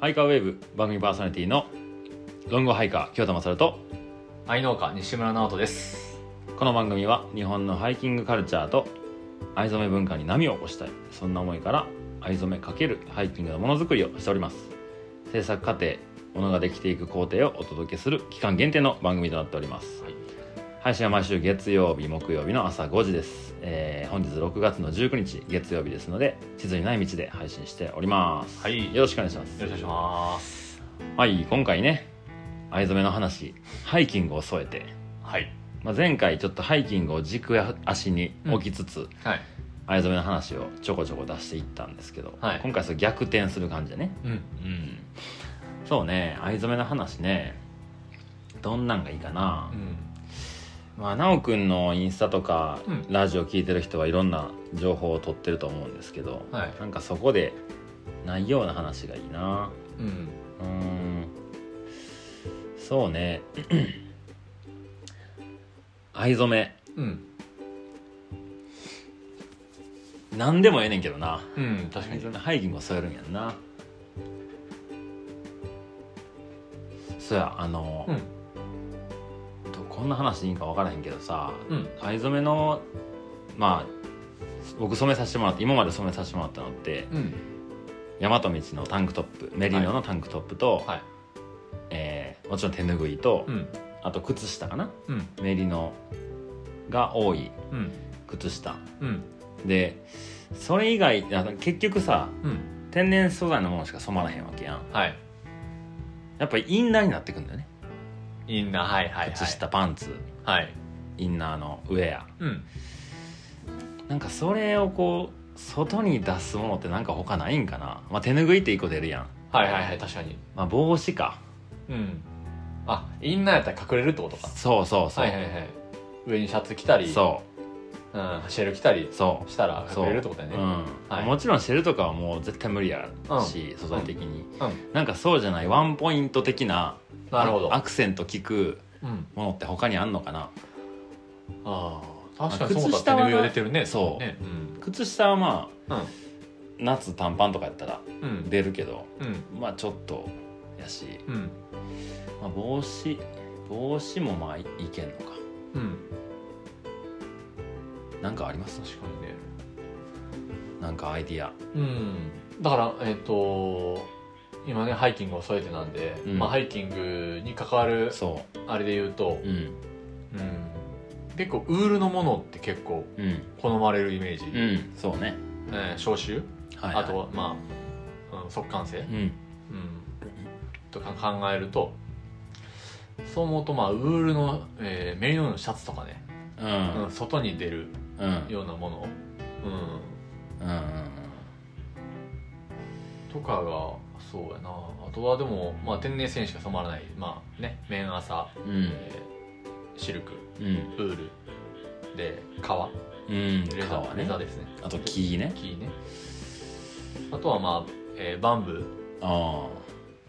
ハイカーウェーブ番組パーソナリティのロングハイカー清田勝と愛農家西村直人ですこの番組は日本のハイキングカルチャーと藍染め文化に波を起こしたいそんな思いから藍染め×ハイキングのものづくりをしております制作過程ものができていく工程をお届けする期間限定の番組となっております、はい配信は毎週月曜日木曜日の朝5時です、えー本日6月の19日月曜日ですので地図にない道で配信しております、はいよろしくお願いしますよろしくお願いしますはい今回ね藍染めの話ハイキングを添えて、はいまあ、前回ちょっとハイキングを軸や足に置きつつ、はい藍染めの話をちょこちょこ出していったんですけど、はい今回それ逆転する感じでねうんうんそうね藍染めの話ねどんなんがいいかな、まあ奈くんのインスタとか、うんラジオ聞いてる人はいろんな情報を取ってると思うんですけど、はいなんかそこでないような話がいいなうんうーんそうね 藍染うんめ何でもええねんけどなうん確かにそんなハイキングを添えるんやんなそうやあの、うんとこんな話いいんか分からへんけどさうん藍染めのまあ僕染めさせてもらって今まで染めさせてもらったのってうん大和道のタンクトップメリノのタンクトップと、はいえーもちろん手拭いと、うんあと靴下かなうんメリノが多いうん靴下うんでそれ以外あの結局さうん天然素材のものしか染まらへんわけやんはいやっぱりインナーになってくんだよねインナーはいはいはい靴下パンツはいインナーのウェアうんなんかそれをこう外に出すものってなんか他ないんかな、まあ、手拭いって一個出るやん、はいはいはい確かにまあ、帽子かうんあインナーやったら隠れるってことかそうそうそう、はいはいはい上にシャツ着たり、そううん、シェル着たりうそしたらうそう隠れるってことだよねうんはいもちろんシェルとかはもう絶対無理やし、素材的に、うんなんかそうじゃないワンポイント的ななるほどアクセント効くうんものって他にあんのかなああ確かにまあそうだ靴下は手拭いが出てるねそうねうん靴下はまあうん夏短パンとかやったらうん出るけどうんまあちょっとやし、うんまあ、帽子帽子もまあいけんのかうんなんかあります確かにねなんかアイディアうんだからえっ、と今ねハイキングを添えてなんで、うんまあ、ハイキングに関わるそあれで言うとう、うんうん結構ウールのものって結構うん好まれるイメージ、うんそうねえー消臭、はい、あとはまあ、うん、速乾性、うんうん、とか考えるとそう思うとまあウールの、えーメインのシャツとかね、ううんん、外に出るうんうんようなもの、ううんん、とかがそうやなあとはでも、まあ、天然繊維しか染まらないまあね綿麻、うんうんえーシルクうんウールで革うんレザー革レねザーですねあと木ね木ねあとはまあ、えーバンブー、あ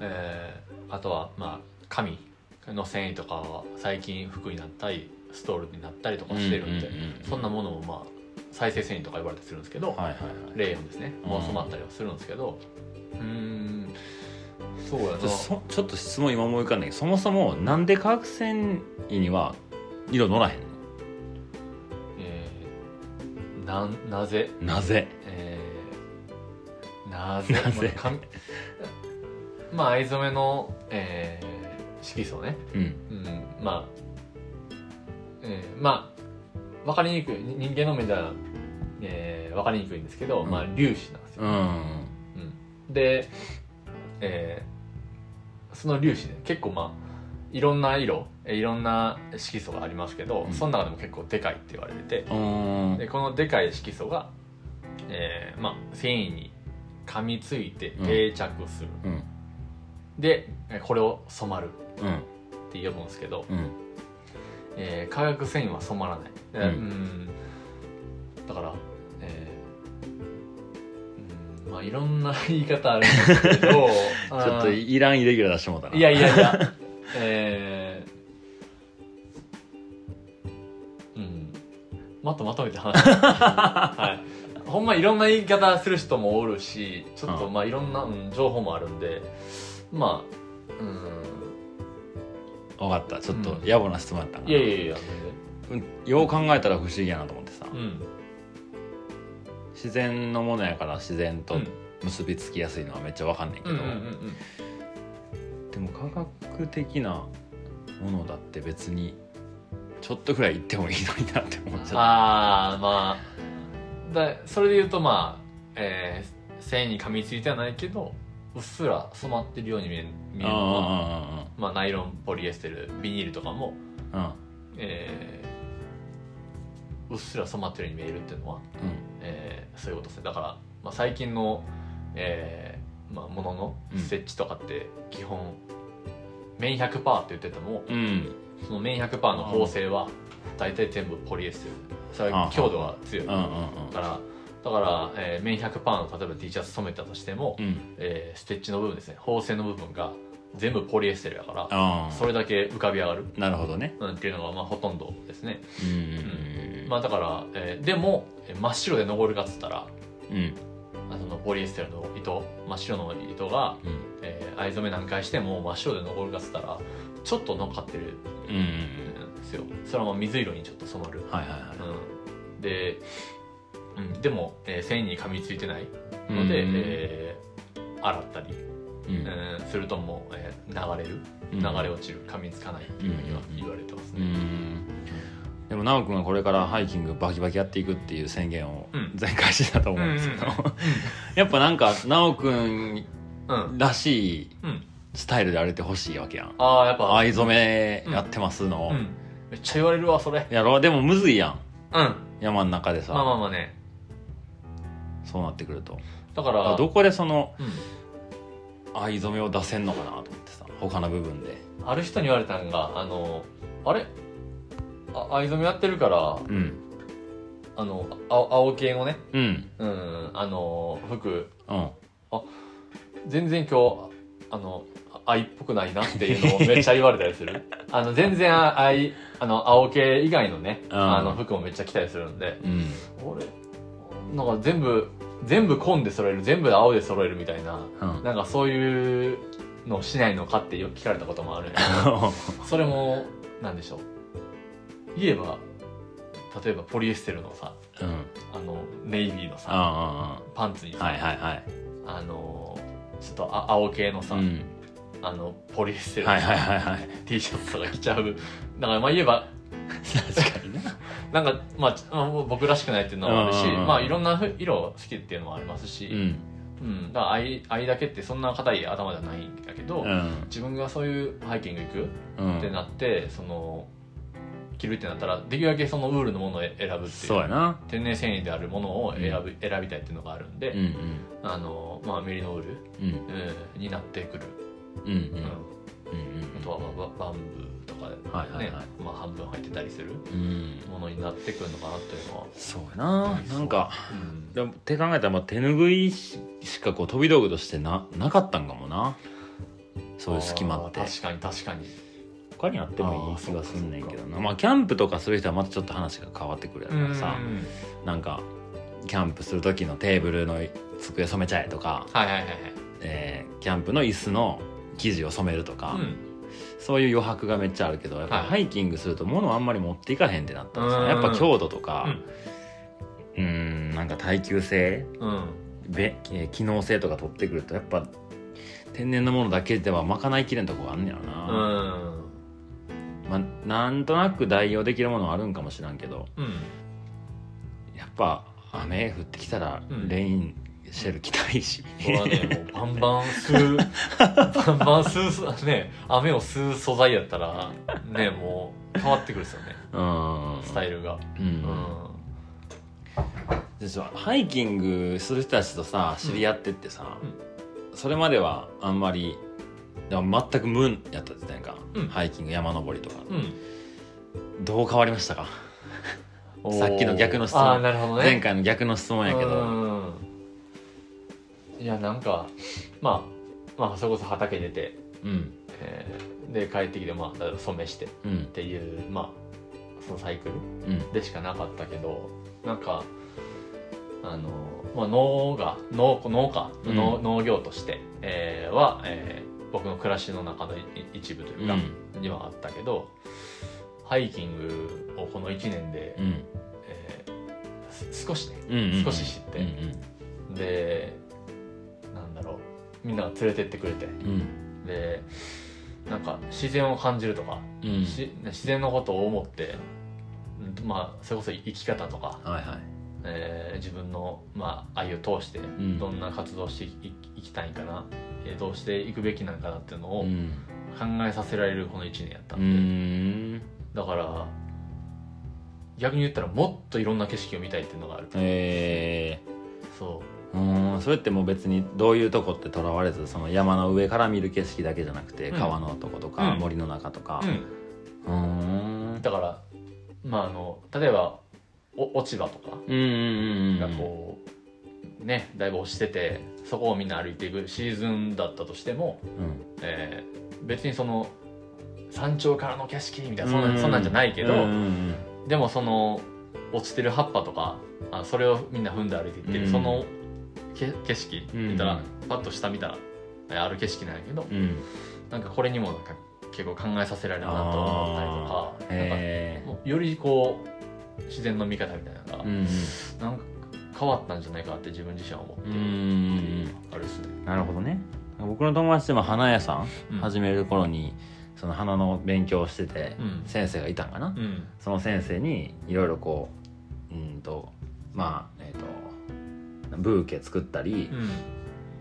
えーあとはまあ紙の繊維とかは最近服になったりストールになったりとあかしてるんで、うんうんうんそんなものもまあ再生繊維とか言われたりするんですけど、はいはいはいレイヨンですねもう染まったりはするんですけどうーんそうやなちょそちょっと質問今思い浮かんないけどそもそもなんで化学繊維には色乗らへんのえーなんなぜなぜえーなぜなぜまあ紙まあ藍染めの、えー色素ね、うんうん、まあ、えーまあ分かりにくいに人間の目では、えー、分かりにくいんですけど、うんまあ粒子なんですよ、うんうんで、えーその粒子ね結構まあいろんな色えーいろんな色素がありますけど、うんその中でも結構でかいって言われててうんでこのでかい色素が、えーまあ、繊維に噛みついてうん定着する、うんでえーこれを染まるうんって呼ぶんですけど、うんえー化学繊維は染まらないうでんうんだから、えーうんまあいろんな言い方あるんですけ どちちょっといらんイレギュラー出してもうたないやいやい やえ ーうんまとまとめて話しますはいほんまいろんな言い方する人もおるしちょっとうんまあいろんな、うん情報もあるんでまあうん分かったちょっとうん野暮な質問やったないやいやいやうんよう考えたら不思議やなと思ってさ、全然うん自然のものやから自然とうん結びつきやすいのはめっちゃ分かんないけうんど、うんうんでも科学的なものだって別にちょっとくらい言ってもいいのになって思っちゃっああまあだそれで言うとまあ、えー、繊維に噛みついてはないけどうっすら染まってるように見える見たえるのはあまあ、ナイロンポリエステルビニールとかも、ああああああえーうっすら染まってるように見えるっていうのは、うんえーそういうことですねだから、まあ、最近の、えーまあ、もののうん設置とかって基本、綿100%って言っててもうんうんその綿100%の縫製は大体全部ポリエステルそれあはー強度が強いうんうんだからだから、えー、綿100%の例えば T シャツ染めたとしても、うんうんえーステッチの部分ですね縫製の部分が全部ポリエステルだからあそれだけ浮かび上がる、あなるほどねうん、っていうのがまあほとんどですね、うんまあだから、えーでもえー真っ白で残るかっつったらうんあそのポリエステルの糸真っ白の糸が、うんえー藍染め何回しても真っ白で残るかっつったらちょっと残ってるうんうんんですよそれはまあ水色にちょっと染まるはいはいはうん、で、うん、でも、えー繊維に噛みついてないいので、うんえー洗ったり、うんうんうんするともう、えー流れる流れ落ちる噛みつかないっていうふうにはうん言われてますうね、んでも奈くんがこれからハイキングバキバキやっていくっていう宣言をうん前回してたと思うんですけど、うんうん やっぱなんか奈くんうんらしいうんスタイルであれてほしいわけやんああやっぱ藍染めやってますの、うんめっちゃ言われるわそれやろでもむずいやんうんま山の中でさ、あまあまあねそうなってくるとだからどこでそのうん、藍染めを出せんのかなと思ってさ他の部分である人に言われたんがあのあれあ藍染めやってるからうんあの青青系のねうんうんあの服うん全然今日あの愛っぽくないなっていうのをめっちゃ言われたりす るあの全然あ愛あの青系以外のね、うんあの服もめっちゃ着たりするんでうん俺なんか全部全部紺で揃える全部青で揃えるみたいなうんなんかそういうのをしないのかってよく聞かれたこともあるんで それもなんでしょう言えば例えばポリエステルのさうんうんあのネイビーのうんうんさパンツにさ、はいはいはいあのちょっとあ青系のさ、うんあのポリエステルのはいはいはいはい T シャツとか着ちゃうだからまあ言えば確かにねなんか、まあちまあ、僕らしくないっていうのもあるし、うんうんうんまあ、いろんなふ色好きっていうのもありますし、うんうんだから愛愛だけってそんな硬い頭じゃないんだけど、うん自分がそういうハイキング行くうんってなって、その着るってなったらできるだけそのウールのものを選ぶっていうそうやな天然繊維であるものを選ぶ、選びたいっていうのがあるんで、うんうんあのまあ、メリノウール、うんうんになってくる、うんうんうんうんあとは、まあバ、バンブーとかで、ねはいはいはいまあ、半分入ってたりするうんものになってくるのかなっていうのは、そうやななんかうんでもって考えたらまあ手拭いししかこう飛び道具としてななかったんかもなそういう隙間ってあー確かに確かに他にあってもいい気がすんねんけどなまあキャンプとかする人はまたちょっと話が変わってくるやろうからさうんなんかキャンプする時のテーブルの机染めちゃえとか、はいはいはいはいえーキャンプの椅子の生地を染めるとか、うんそういう余白がめっちゃあるけどやっぱはいハイキングすると物あんまり持っていかへんってなったんですようんねやっぱ強度とかうんんなんか耐久性うんべえー機能性とか取ってくるとやっぱ天然のものだけでは賄いきれんとこがあんねやろうな、んまあ、なんとなく代用できるものはあるんかもしらんけどうんやっぱ雨降ってきたらうんレインシェル着たいし、これはねもうバンバン吸 うバンバン吸うすね雨を吸う素材やったらねもう変わってくるですよね うんスタイルがうん、うんでさハイキングする人たちとさ知り合ってってさ、うんそれまではあんまりでも全く無やったじゃないか、うんハイキング山登りとか、うんどう変わりましたか、さっきの逆の質問ああーなるほどね前回の逆の質問やけど、うんいやなんかまあまあそれこそ畑出て、うんえーで帰ってきてまあだから染めしてっうんていうまあそのサイクルうんでしかなかったけどなんかあの、まあ、農が農農家、うん農農業として、えーは、えー僕の暮らしの中のい一部というか、にはあったけどハイキングをこの1年で、うんえーす少しねうんうんうん少し知ってうんでなんだろうみんなが連れてってくれてうんでなんか自然を感じるとか、うんうんし自然のことを思って、うんまあ、それこそ生き方とか、はいはいえー自分の、まあ、愛を通してんどんな活動をしていいいきたいんかな、えーどうしていくべきなんかなっていうのを考んえさせられるこの1年やったうんで、んだから逆に言ったらもっといろんな景色を見たいっていうのがあるえそー、うんそれってもう別にどういうとこってとらわれずその山の上から見る景色だけじゃなくてうん川のとことかうん森の中とかう、うーんだからまああの例えばお落ち葉とかうんうんうんがこう、ねだいぶ落ちててそこをみんな歩いていくシーズンだったとしても、うんえー別にその山頂からの景色みたいなそんうなんそんなんじゃないけど、うんうんでもその落ちてる葉っぱとかあそれをみんな踏んで歩いていってる、うんそのけ景色うん見たら、パッと下見たらえある景色なんやけど、うんうんなんかこれにもなんか結構考えさせられるなと思ったりあとかなんかえもうよりこう自然の見方みたいなのが、ーうんなんか変わったんじゃないかって自分自身は思ってうんうるっていうんのがあれですね。なるほどね僕の友達でも花屋さんうん始める頃にその花の勉強をしててうん先生がいたんかなうんその先生にいろいろこううんとまあえっ、とブーケ作ったり、うん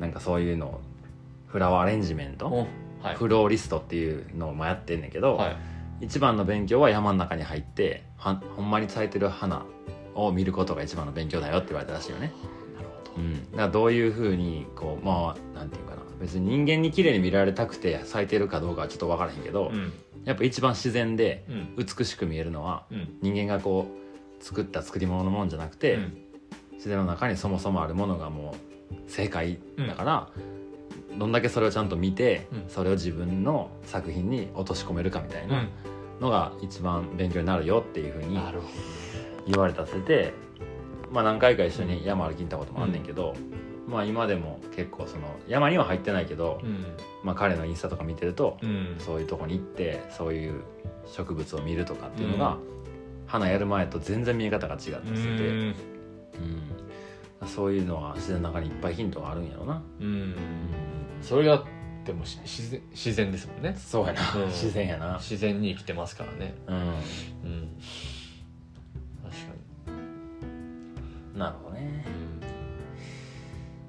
なんかそういうのをフラワーアレンジメント、おはいフローリストっていうのもやってんねんけど、はい一番の勉強は山の中に入ってはほんまに咲いてる花を見ることが一番の勉強だよって言われたらしいよね。なるほどうん、だからどういうふうにこうまあなんていうかな別に人間に綺麗に見られたくて咲いてるかどうかはちょっと分からへんけど、うんやっぱ一番自然でうん美しく見えるのはうん人間がこう作った作り物のもんじゃなくて、自然の中にそもそもあるものがもう正解だから、どんだけそれをちゃんと見て、うんそれを自分の作品に落とし込めるかみたいなのが一番勉強になるよっていうふううんになるほど言われたせて、まあ、何回か一緒に山歩きに行ったこともあんねんけど、まあ、今でも結構その山には入ってないけど、うんまあ、彼のインスタとか見てると、うんそういうとこに行ってそういう植物を見るとかっていうのが、花やる前と全然見え方が違ってて。うんうん、そういうのは自然の中にいっぱいヒントがあるんやろな、うんそれがでもし自然自然ですもんねそうやな、うん自然やな自然に生きてますからねうんうん確かなるほどねにうん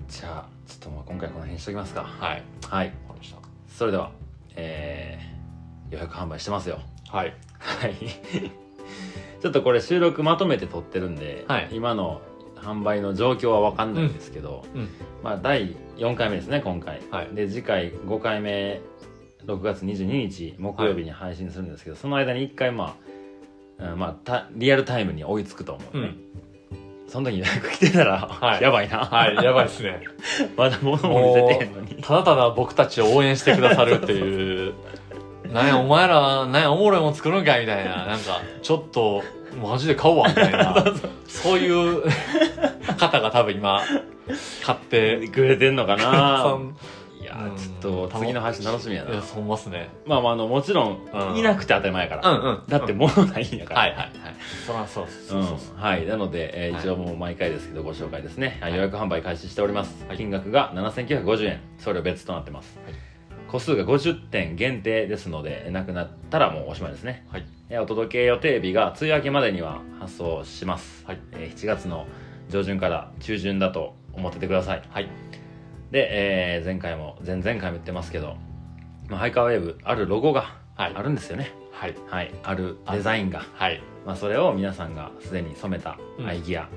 じゃあちょっとまあ今回この辺にしときますかはいはいわかりましたそれではえー予約販売してますよはいはい ちょっとこれ収録まとめて撮ってるんで、はい今の販売の状況は分かんないんですけど、うんうんまあ、第4回目ですね今回、はいで次回5回目6月22日木曜日に配信するんですけど、その間に1回まあ、うんまあ、たリアルタイムに追いつくと思う、うねんその時に予約来てたら、はいやばいな、はいやばいですね まだ物も見せてへんのにただただ僕たちを応援してくださるっていう なんやお前らなんやおもろいもん作るんかいみたいななんかちょっとマジで買うわみたいな そういう方が多分今買って くれてんのかさなんいやうーんちょっと次の配信楽しみやいなやそう思いますねまあまああのもちろうんんいなくて当たり前やから、うんだって物ないんやから、はいはいはいそらそうそうそうそううんはいなので、えーはい一応もう毎回ですけどご紹介ですね、あはい予約販売開始しております、はい金額が7950円送料別となってます、はい個数が50点限定ですのでえなくなったらもうおしまいですねはいえーお届け予定日が梅雨明けまでには発送します、はいえー7月の上旬から中旬だと思っててくださいはいで、えー前回も前々回も言ってますけど、まあ、ハイカーウェーブあるロゴがはいあるんですよね、はいはい、あるデザインがはいまあ、それを皆さんがすでに染めたうんアイギア、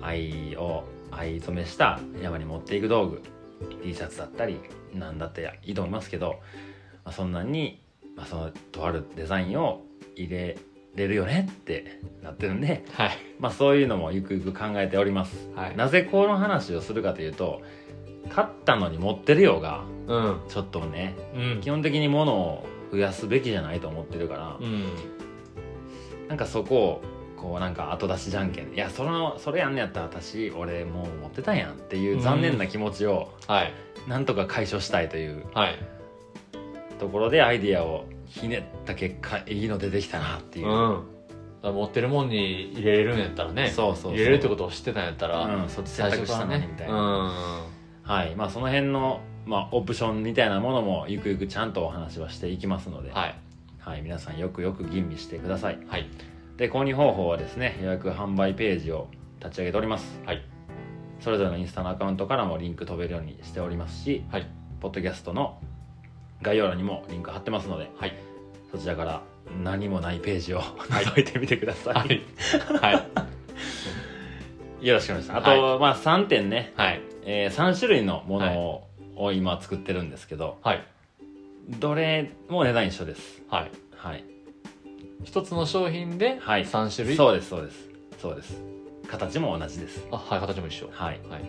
藍を藍染めした山に持っていく道具 T シャツだったりなんだっていいと思いますけど、まあ、そんなんに、まあ、そのとあるデザインを入れれるよねってなってるんで、はいまあ、そういうのもゆくゆく考えておりますはいなぜこの話をするかというと勝ったのに持ってるよがうんちょっとねうん基本的に物を増やすべきじゃないと思ってるからうんなんかそこをこうなんか後出しじゃんけんいやそのそれやんねやったら私俺もう持ってたやんっていう残念な気持ちをはいなんとか解消したいというはいところでアイディアをひねった結果いいの出てきたなってういんう、だから持ってるもんに入れれるんやったらねそうそうそう入れれるってことを知ってたんやったら、うん、そっち選択したのにみたいな、うんはいまあその辺の、まあ、オプションみたいなものもゆくゆくちゃんとお話はしていきますので、はいはい、皆さんよくよく吟味してくださいはいで購入方法はですね予約販売ページを立ち上げておりますはいそれぞれのインスタのアカウントからもリンク飛べるようにしておりますしはいポッドキャストの概要欄にもリンク貼ってますのではいそちらから何もないページを覗いてみてください、はいはいよろしくお願いしますあと、まあ3点ね、はいえー、3種類のものを,、を今作ってるんですけどはいどれも値段一緒ですはいはい一つの商品ではい三種類、そうですそうですそうです形も同じですあはい形も一緒はいはい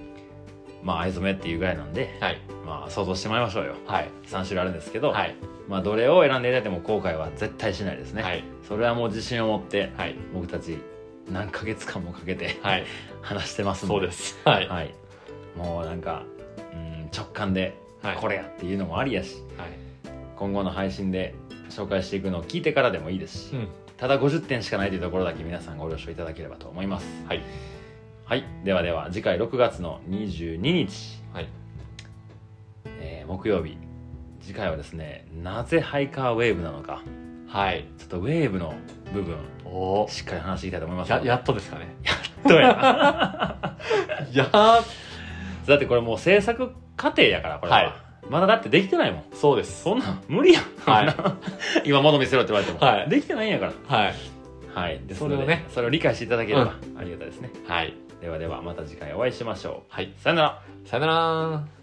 まあ藍染めっていうぐらいなんではいまあ想像してもらいましょうよはい3種類あるんですけど、はいまあどれを選んでいただいても後悔は絶対しないですね、はいそれはもう自信を持ってはい僕たち何ヶ月間もかけてはい 話してますんそうですはいはい、もうなんか、うん、直感ではいこれやっていうのもありやし、はい今後の配信で紹介していくのを聞いてからでもいいですし、うんただ50点しかないというところだけ皆さんご了承いただければと思いますはいはいではでは次回6月の22日、はいえー木曜日次回はですねなぜハイカーウェーブなのかはいちょっとウェーブの部分おおしっかり話していきたいと思いますややっとですかねどうやな やっだってこれもう制作過程やからこれは、はいまだだってできてないもんそうですそんなん 無理やん、はい今物見せろって言われても、はいできてないんやからはいはいですのでそれをねそれを理解していただければありがたいですね、はいではではまた次回お会いしましょはいうさよならさよなら